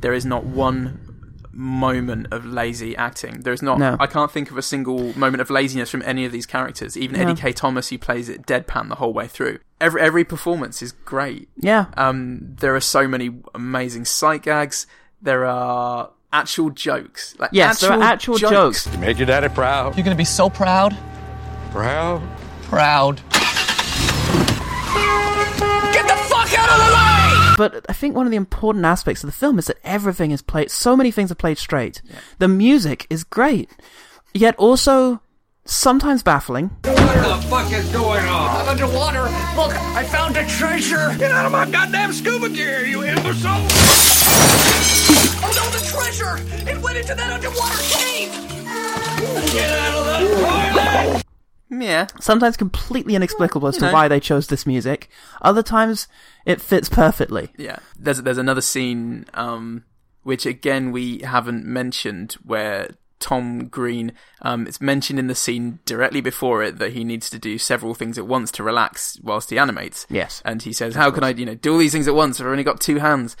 C: there is not one moment of lazy acting. There is not.
B: No.
C: I can't think of a single moment of laziness from any of these characters. Even Eddie K. Thomas, who plays it deadpan the whole way through. Every every performance is great.
B: yeah.
C: Um, there are so many amazing sight gags. There are actual jokes. Like
B: yes, there are actual jokes.
H: Made your daddy proud.
G: You're gonna be so proud.
H: Proud?
G: Proud.
D: Get the fuck out of the way!
B: But I think one of the important aspects of the film is that everything is played, so many things are played straight. The music is great, yet also sometimes baffling.
E: What the fuck is going on?
D: I'm underwater. Look, I found a treasure.
E: Get out of my goddamn scuba gear, you imbecile!
D: Oh no, the treasure! It went into that underwater cave!
E: Get out of the toilet!
C: Yeah,
B: Sometimes completely inexplicable as to
C: know.
B: why they chose this music. Other times it fits perfectly.
C: Yeah, there's there's another scene um, which again we haven't mentioned where Tom Green um, it's mentioned in the scene directly before it that he needs to do several things at once to relax whilst he animates.
B: Yes.
C: and he says, "How can I you know do all these things at once? I've only got two hands."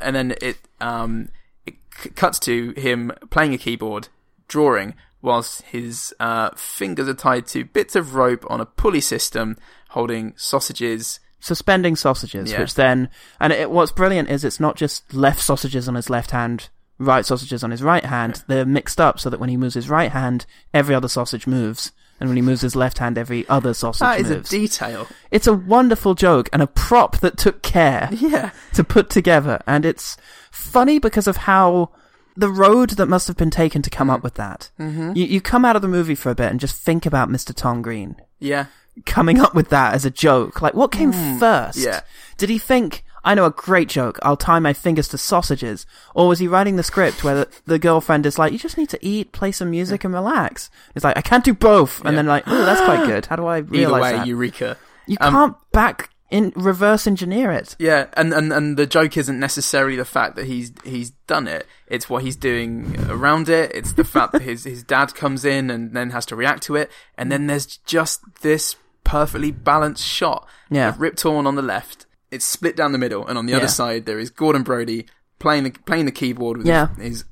C: And then it um, it c- cuts to him playing a keyboard, drawing. Whilst his uh, fingers are tied to bits of rope on a pulley system, holding sausages,
B: Suspending sausages,
C: Yeah.
B: which then, and it, what's brilliant is it's not just left sausages on his left hand, right sausages on his right hand. They're mixed up so that when he moves his right hand, every other sausage moves and when he moves his left hand, every other sausage
C: That is a
B: moves.
C: detail.
B: it's a wonderful joke and a prop that took care
C: Yeah.
B: to put together, and it's funny because of how the road that must have been taken to come up with that. Mm-hmm. You, you come out of the movie for a bit and just think about Mr. Tom Green
C: Yeah.
B: coming up with that as a joke. Like, what came first?
C: Mm. yeah.
B: Did he think, I know a great joke, I'll tie my fingers to sausages? Or was he writing the script where the, the girlfriend is like, you just need to eat, play some music, and relax? It's like, I can't do both. And then, like, oh, that's quite good. How do I
C: Either
B: realize
C: way,
B: that? You,
C: Eureka. Um,
B: can't back in reverse engineer it.
C: Yeah, and, and and the joke isn't necessarily the fact that he's he's done it. It's what he's doing around it. It's the fact that his his dad comes in and then has to react to it. And then there's just this perfectly balanced shot.
B: Yeah.
C: of Rip Torn on the left. It's split down the middle, and on the
B: Yeah.
C: other side there is Gordon Brody playing the playing the keyboard with
B: Yeah.
C: his,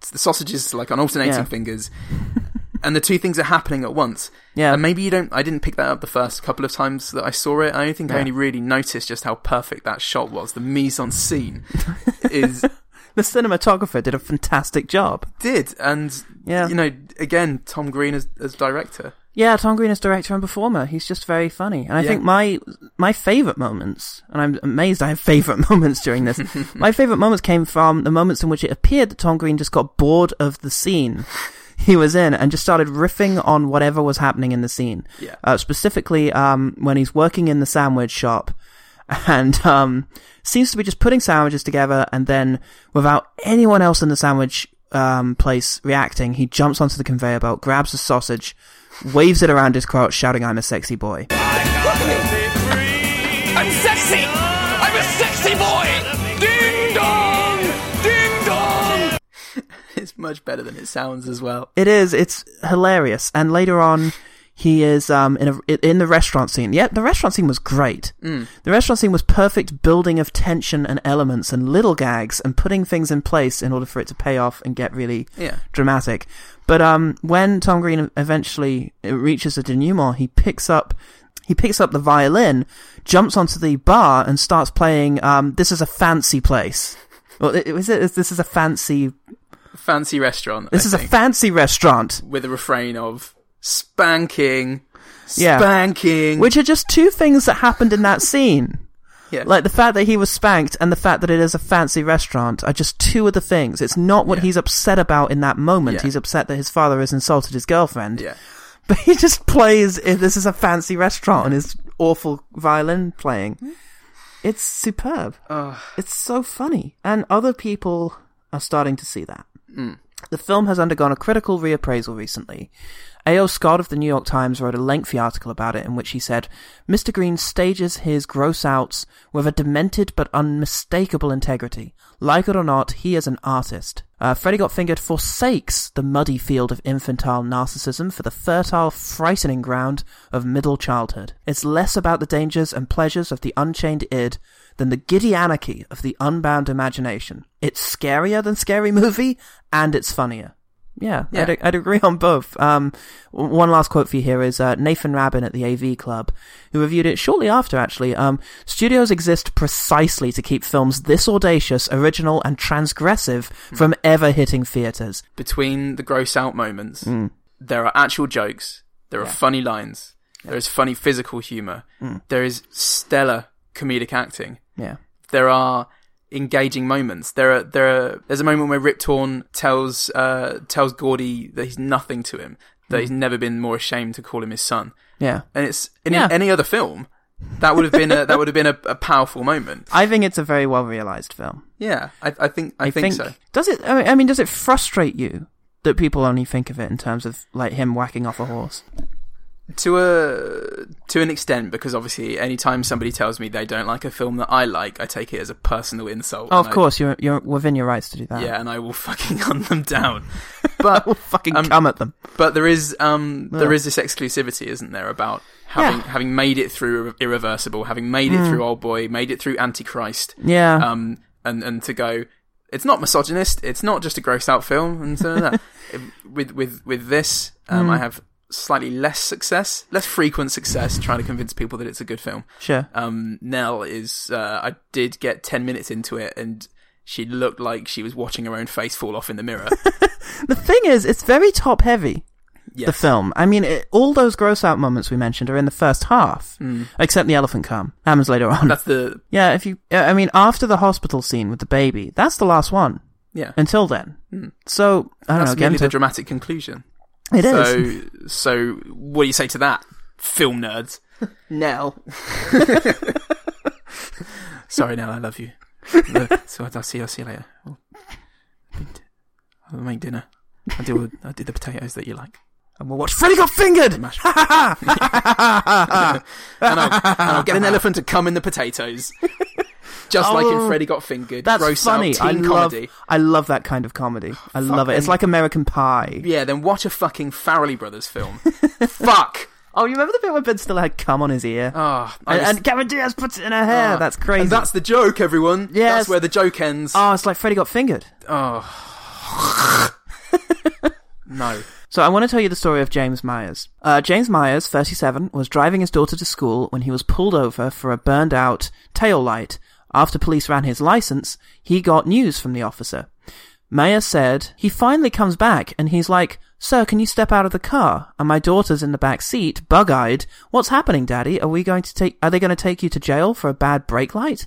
C: his the sausages like on alternating
B: Yeah.
C: fingers. And the two things are happening at once.
B: Yeah.
C: And maybe you don't. I didn't pick that up the first couple of times that I saw it. I don't think I only really noticed just how perfect that shot was. The mise en scene is
B: The cinematographer did a fantastic job.
C: did, and
B: Yeah.
C: you know, again, Tom Green as, as director.
B: Yeah, Tom Green is director and performer. He's just very funny, and I
C: Yeah.
B: think my my favorite moments, and I'm amazed I have favorite moments during this. my favorite moments came from the moments in which it appeared that Tom Green just got bored of the scene he was in and just started riffing on whatever was happening in the scene.
C: Yeah.
B: Uh, specifically, um, when he's working in the sandwich shop, and um, seems to be just putting sandwiches together, and then without anyone else in the sandwich um, place reacting, he jumps onto the conveyor belt, grabs a sausage, waves it around his crotch, shouting, "I'm a sexy boy."
E: I'm sexy. I'm a sexy boy. Ding dong. Ding dong.
C: It's much better than it sounds as well.
B: It is. It's hilarious. And later on, he is um in a in the restaurant scene. Yeah, the restaurant scene was great. The restaurant scene was perfect building of tension and elements and little gags and putting things in place in order for it to pay off and get really
C: Yeah.
B: dramatic. But um, when Tom Green eventually uh, reaches a denouement, he picks up he picks up the violin, jumps onto the bar, and starts playing. Um, this is a fancy place. Well, it, it was it. This is a fancy.
C: Fancy restaurant.
B: This
C: I
B: is a
C: think,
B: fancy restaurant.
C: with a refrain of spanking,
B: Yeah.
C: spanking.
B: which are just two things that happened in that scene.
C: Yeah.
B: Like the fact that he was spanked and the fact that it is a fancy restaurant are just two of the things. It's not what
C: Yeah.
B: he's upset about in that moment.
C: Yeah.
B: He's upset that his father has insulted his girlfriend.
C: yeah.
B: But he just plays eh, this is a fancy restaurant and his awful violin
C: Hmm.
B: playing. It's superb. It's so funny. And other people are starting to see that. The film has undergone a critical reappraisal recently. A.O. Scott of the New York Times wrote a lengthy article about it in which he said, Mr. Green stages his gross outs with a demented but unmistakable integrity. Like it or not, he is an artist. Uh, Freddy Got Fingered forsakes the muddy field of infantile narcissism for the fertile, frightening ground of middle childhood. It's less about the dangers and pleasures of the unchained id than the giddy anarchy of the unbound imagination. It's scarier than Scary Movie, and it's funnier. Yeah,
C: Yeah.
B: I'd, I'd agree on both. Um, w- one last quote for you here is uh, Nathan Rabin at the AV Club, who reviewed it shortly after, actually. Um, Studios exist precisely to keep films this audacious, original, and transgressive from ever hitting theatres.
C: Between the gross out moments, there are actual jokes. There are funny lines. There is funny physical humor. There is stellar comedic acting.
B: Yeah.
C: there are engaging moments. There are there are there's a moment where Rip Torn tells uh tells Gordy that he's nothing to him, that he's never been more ashamed to call him his son.
B: Yeah.
C: And it's in
B: Yeah.
C: any other film, that would have been a that would have been a, a powerful moment.
B: I think it's a very well realised film.
C: Yeah, I, I think I, think, so.
B: Does it? I mean, I mean, does it frustrate you that people only think of it in terms of like him whacking off a horse?
C: To a to an extent, because obviously, anytime somebody tells me they don't like a film that I like, I take it as a personal insult.
B: Oh,
C: and
B: of
C: I-
B: course, you're you're within your rights to do that.
C: yeah, and I will fucking hunt them down. But
B: fucking
C: Um,
B: come at them.
C: But there is um there
B: Yeah.
C: is this exclusivity, isn't there, about having having made it through Irre- irreversible, having made it through Old Boy, made it through Antichrist,
B: Hmm. Yeah.
C: um, and and to go, it's not misogynist, it's not just a gross out film, and so that with with with this,
B: Hmm.
C: um, I have slightly less success, less frequent success, trying to convince people that it's a good film.
B: Sure.
C: Um, Nell is uh, I did get ten minutes into it and. She looked like she was watching her own face fall off in the mirror.
B: the thing is, it's very top heavy. the film. I mean, it, all those gross out moments we mentioned are in the first half, except the elephant calm. Happens later on.
C: Mm. That's the
B: yeah, if you, I mean, after the hospital scene with the baby, that's the last one.
C: yeah. Mm.
B: Until then, so I don't
C: That's
B: know. Again,
C: really the
B: to,
C: dramatic conclusion.
B: it is
C: So, so what do you say to that, film nerds?
B: no.
C: Sorry, Nell, I love you. Uh, so I'll see. I'll see you later. I'll- I'll make dinner. I do. all- I do the potatoes that you like.
B: And we'll watch Freddy Got Fingered.
C: Mash. and, I'll, and I'll get an elephant to come in the potatoes, just like in
B: Oh,
C: Freddy Got Fingered.
B: That's
C: gross
B: funny.
C: Out, teen
B: I love.
C: comedy.
B: I love that kind of comedy. I love it. It's
C: Fucking-
B: like American Pie.
C: Yeah, then watch a fucking Farrelly Brothers film. Fuck.
B: Oh, you remember the bit where Ben Stiller had cum on his ear?
C: Ah, I
B: and,
C: was-
B: and Cameron Diaz puts it in her hair.
C: ah.
B: that's crazy.
C: And that's the joke, everyone.
B: Yes.
C: That's where the joke ends.
B: oh, it's like Freddy Got Fingered.
C: no.
B: So I want to tell you the story of James Myers. Uh, James Myers, 37, was driving his daughter to school when he was pulled over for a burned out tail light. After police ran his license, he got news from the officer. Myers said he finally comes back and he's like, "Sir, can you step out of the car?" And my daughter's in the back seat, bug-eyed. What's happening, Daddy? Are we going to take? Are they going to take you to jail for a bad brake light?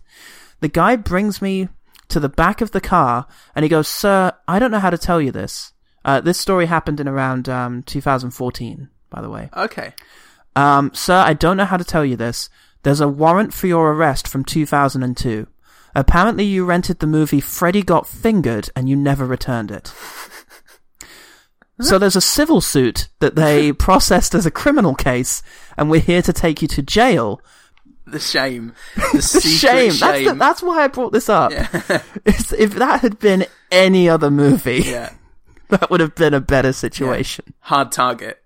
B: The guy brings me to the back of the car and he goes, Sir, I don't know how to tell you this. Uh, this story happened in around um, 2014, by the way.
C: Okay.
B: Um, Sir, I don't know how to tell you this. There's a warrant for your arrest from 2002. Apparently, you rented the movie Freddy Got Fingered and you never returned it. So there's a civil suit that they processed as a criminal case, and we're here to take you to jail
C: The shame. The secret
B: shame.
C: shame.
B: That's, the, that's why I brought this up. It's- if that had been any other movie,
C: yeah.
B: that would have been a better situation.
C: Hard target.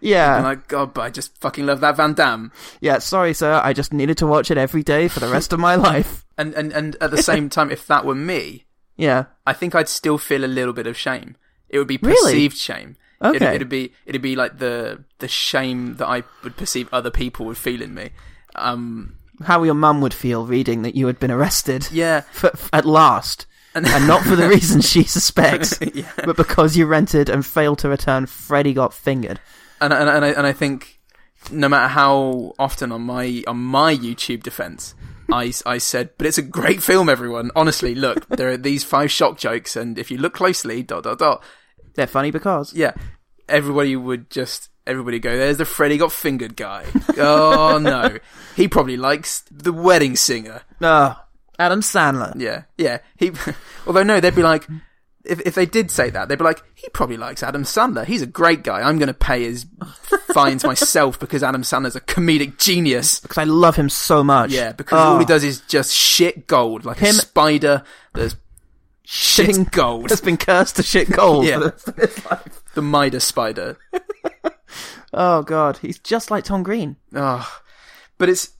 B: Yeah.
C: I'm
B: Yeah.
C: like, God, but I just fucking love that Van Damme.
B: Sorry, sir. I just needed to watch it every day for the rest of my life.
C: And, and, and at the same time, if that were me,
B: Yeah.
C: I think I'd still feel a little bit of shame. It would be
B: Really?
C: perceived shame. It'd,
B: Okay.
C: it'd be it'd be like the the shame that I would perceive other people would feel in me. Um,
B: How your mum would feel reading that you had been arrested.
C: yeah,
B: F- f- at last. And, not for the reason she suspects, but because you rented and failed to return Freddy Got Fingered.
C: and and and I, and I think no matter how often on my on my YouTube defense, I s- I said, but it's a great film. Everyone, honestly, look, there are these five shock jokes, and if you look closely, dot dot dot,
B: They're funny because.
C: yeah, everybody would just everybody go. There's the Freddy got fingered guy. oh no, he probably likes the wedding singer.
B: Ugh. Adam Sandler.
C: Yeah, yeah. He, although no, they'd be like, if if they did say that, they'd be like, he probably likes Adam Sandler. He's a great guy. I'm going to pay his fines myself because Adam Sandler's a comedic genius.
B: Because I love him so much. Oh,
C: Yeah, because all he does is just shit gold, like a
B: Ah. Him-
C: spider that's shit
B: Shitting-
C: gold.
B: has been cursed to shit gold.
C: Yeah. the Midas spider.
B: Oh god, he's just like Tom Green.
C: Oh, but it's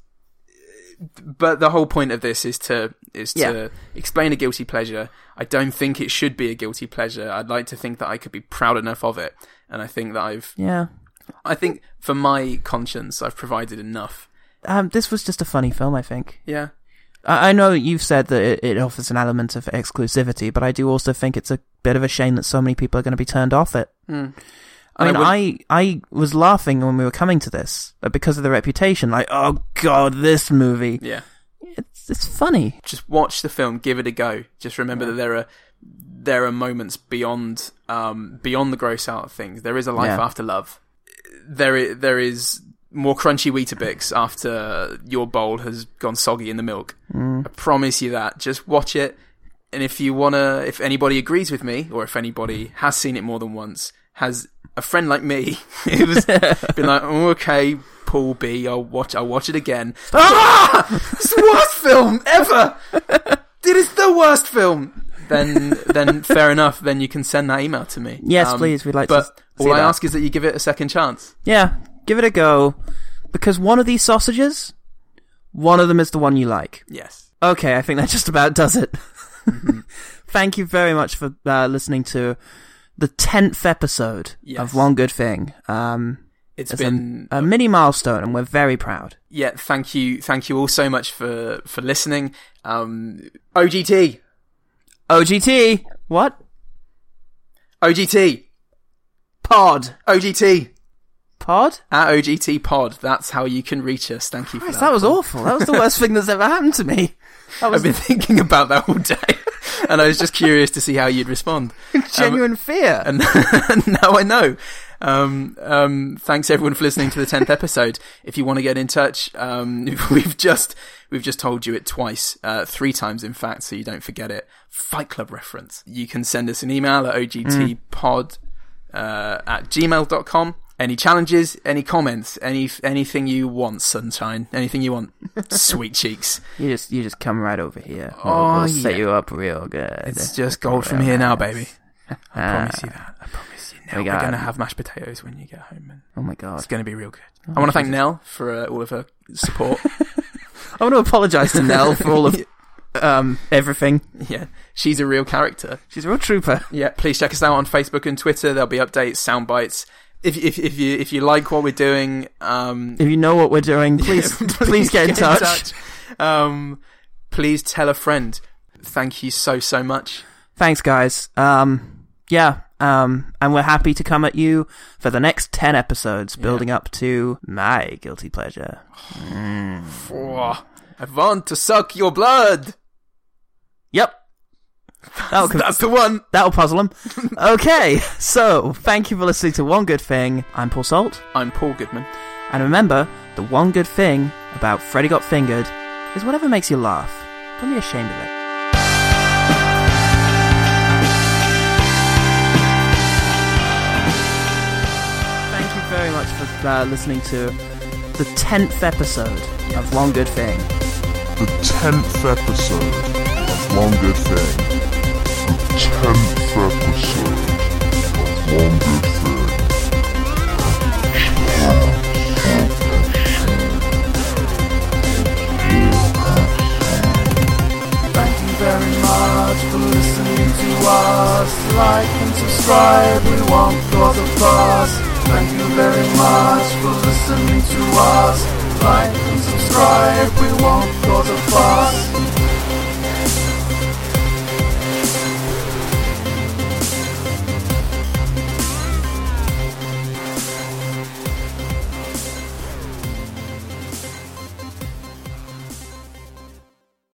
C: but the whole point of this is to is to
B: Yeah.
C: explain a guilty pleasure. I don't think it should be a guilty pleasure. I'd like to think that I could be proud enough of it, and I think that I've
B: Yeah.
C: I think for my conscience I've provided enough.
B: Um, this was just a funny film, I think.
C: Yeah,
B: I, I know that you've said that it, it offers an element of exclusivity, but I do also think it's a bit of a shame that so many people are going to be turned off it. I mean,
C: Hmm. And I
B: I, I was laughing when we were coming to this uh, because of the reputation. Like, oh god, this movie.
C: yeah.
B: It's, it's funny.
C: Just watch the film, give it a go. Just remember that there are there are moments beyond um beyond the gross out of things. There is a life
B: Yeah.
C: after love. There is, there is more crunchy Weetabix after your bowl has gone soggy in the milk.
B: Mm.
C: I promise you that. Just watch it, and if you wanna, if anybody agrees with me, or if anybody has seen it more than once, has a friend like me who's been like, oh, okay, Paul B, I'll watch, I'll watch it again. ah, it's the worst film ever. It is the worst film. Then, then fair enough. Then you can send that email to me. Um,
B: Yes, please, we'd like to
C: But
B: s- see
C: all I
B: that.
C: ask is that you give it a second chance.
B: Yeah, give it a go. Because one of these sausages, one of them is the one you like.
C: Yes.
B: Okay, I think that just about does it.
C: Mm-hmm.
B: Thank you very much for uh, listening to the tenth episode
C: Yes.
B: of One Good Thing. Um,
C: it's
B: it's a-
C: been
B: a, mini milestone, and we're very proud.
C: uh, yeah, thank you, thank you all so much for for listening. Um, OGT,
B: OGT, what?
C: OGT,
B: Pod.
C: OGT
B: Pod?
C: at OGT Pod. That's how you can reach us. Thank you for
B: Christ,
C: that.
B: that was awful. That was the worst thing that's ever happened to me. That was
C: I've been thinking about that all day, and I was just curious to see how you'd respond.
B: genuine fear.
C: and now I know. Um, um, thanks everyone for listening to the tenth episode. If you want to get in touch, um, we've just we've just told you it twice, uh, three times in fact, so you don't forget it. Fight Club reference. You can send us an email at ogtpod uh, at gmail.com. Any challenges, any comments, any anything you want, sunshine, anything you want, sweet cheeks.
B: you just you just come right over here. We'll,
C: Oh,
B: we'll set
C: yeah.
B: you up real good.
C: It's just gold from here now, baby. I promise you that. I promise you. Now
B: we
C: we are
B: got-
C: gonna have mashed potatoes when you get home. And
B: oh my god.
C: It's going to be real good.
B: Oh,
C: I want to thank Nell for uh, all of her support.
B: I want to apologise to Nell for all of um, everything.
C: yeah, she's a real character.
B: She's a real trooper.
C: Yeah, please check us out on Facebook and Twitter. There'll be updates, sound bites. If if if you if you like what we're doing, um,
B: If you know what we're doing, please please get in touch.
C: Um, please tell a friend. Thank you so so much.
B: Thanks, guys. Um, yeah. Um, and we're happy to come at you for the next ten episodes, building up to my guilty pleasure.
C: Mwah. I want to suck your blood.
B: Yep. That'll conf-
C: That's the one.
B: that'll puzzle them. Okay, so thank you for listening to One Good Thing. I'm Paul Salt.
C: I'm Paul Goodman.
B: And remember, the one good thing about Freddy Got Fingered is whatever makes you laugh, don't be ashamed of it. Thank you very much for uh, listening to the 10th episode of One Good Thing.
I: the 10th episode of One Good Thing. The 10th episode of One Good Thing.
J: Thank you very much for listening to us. Like and subscribe, we won't cause a fuss. Thank you very much for listening to us. Like and subscribe, we won't cause a fuss.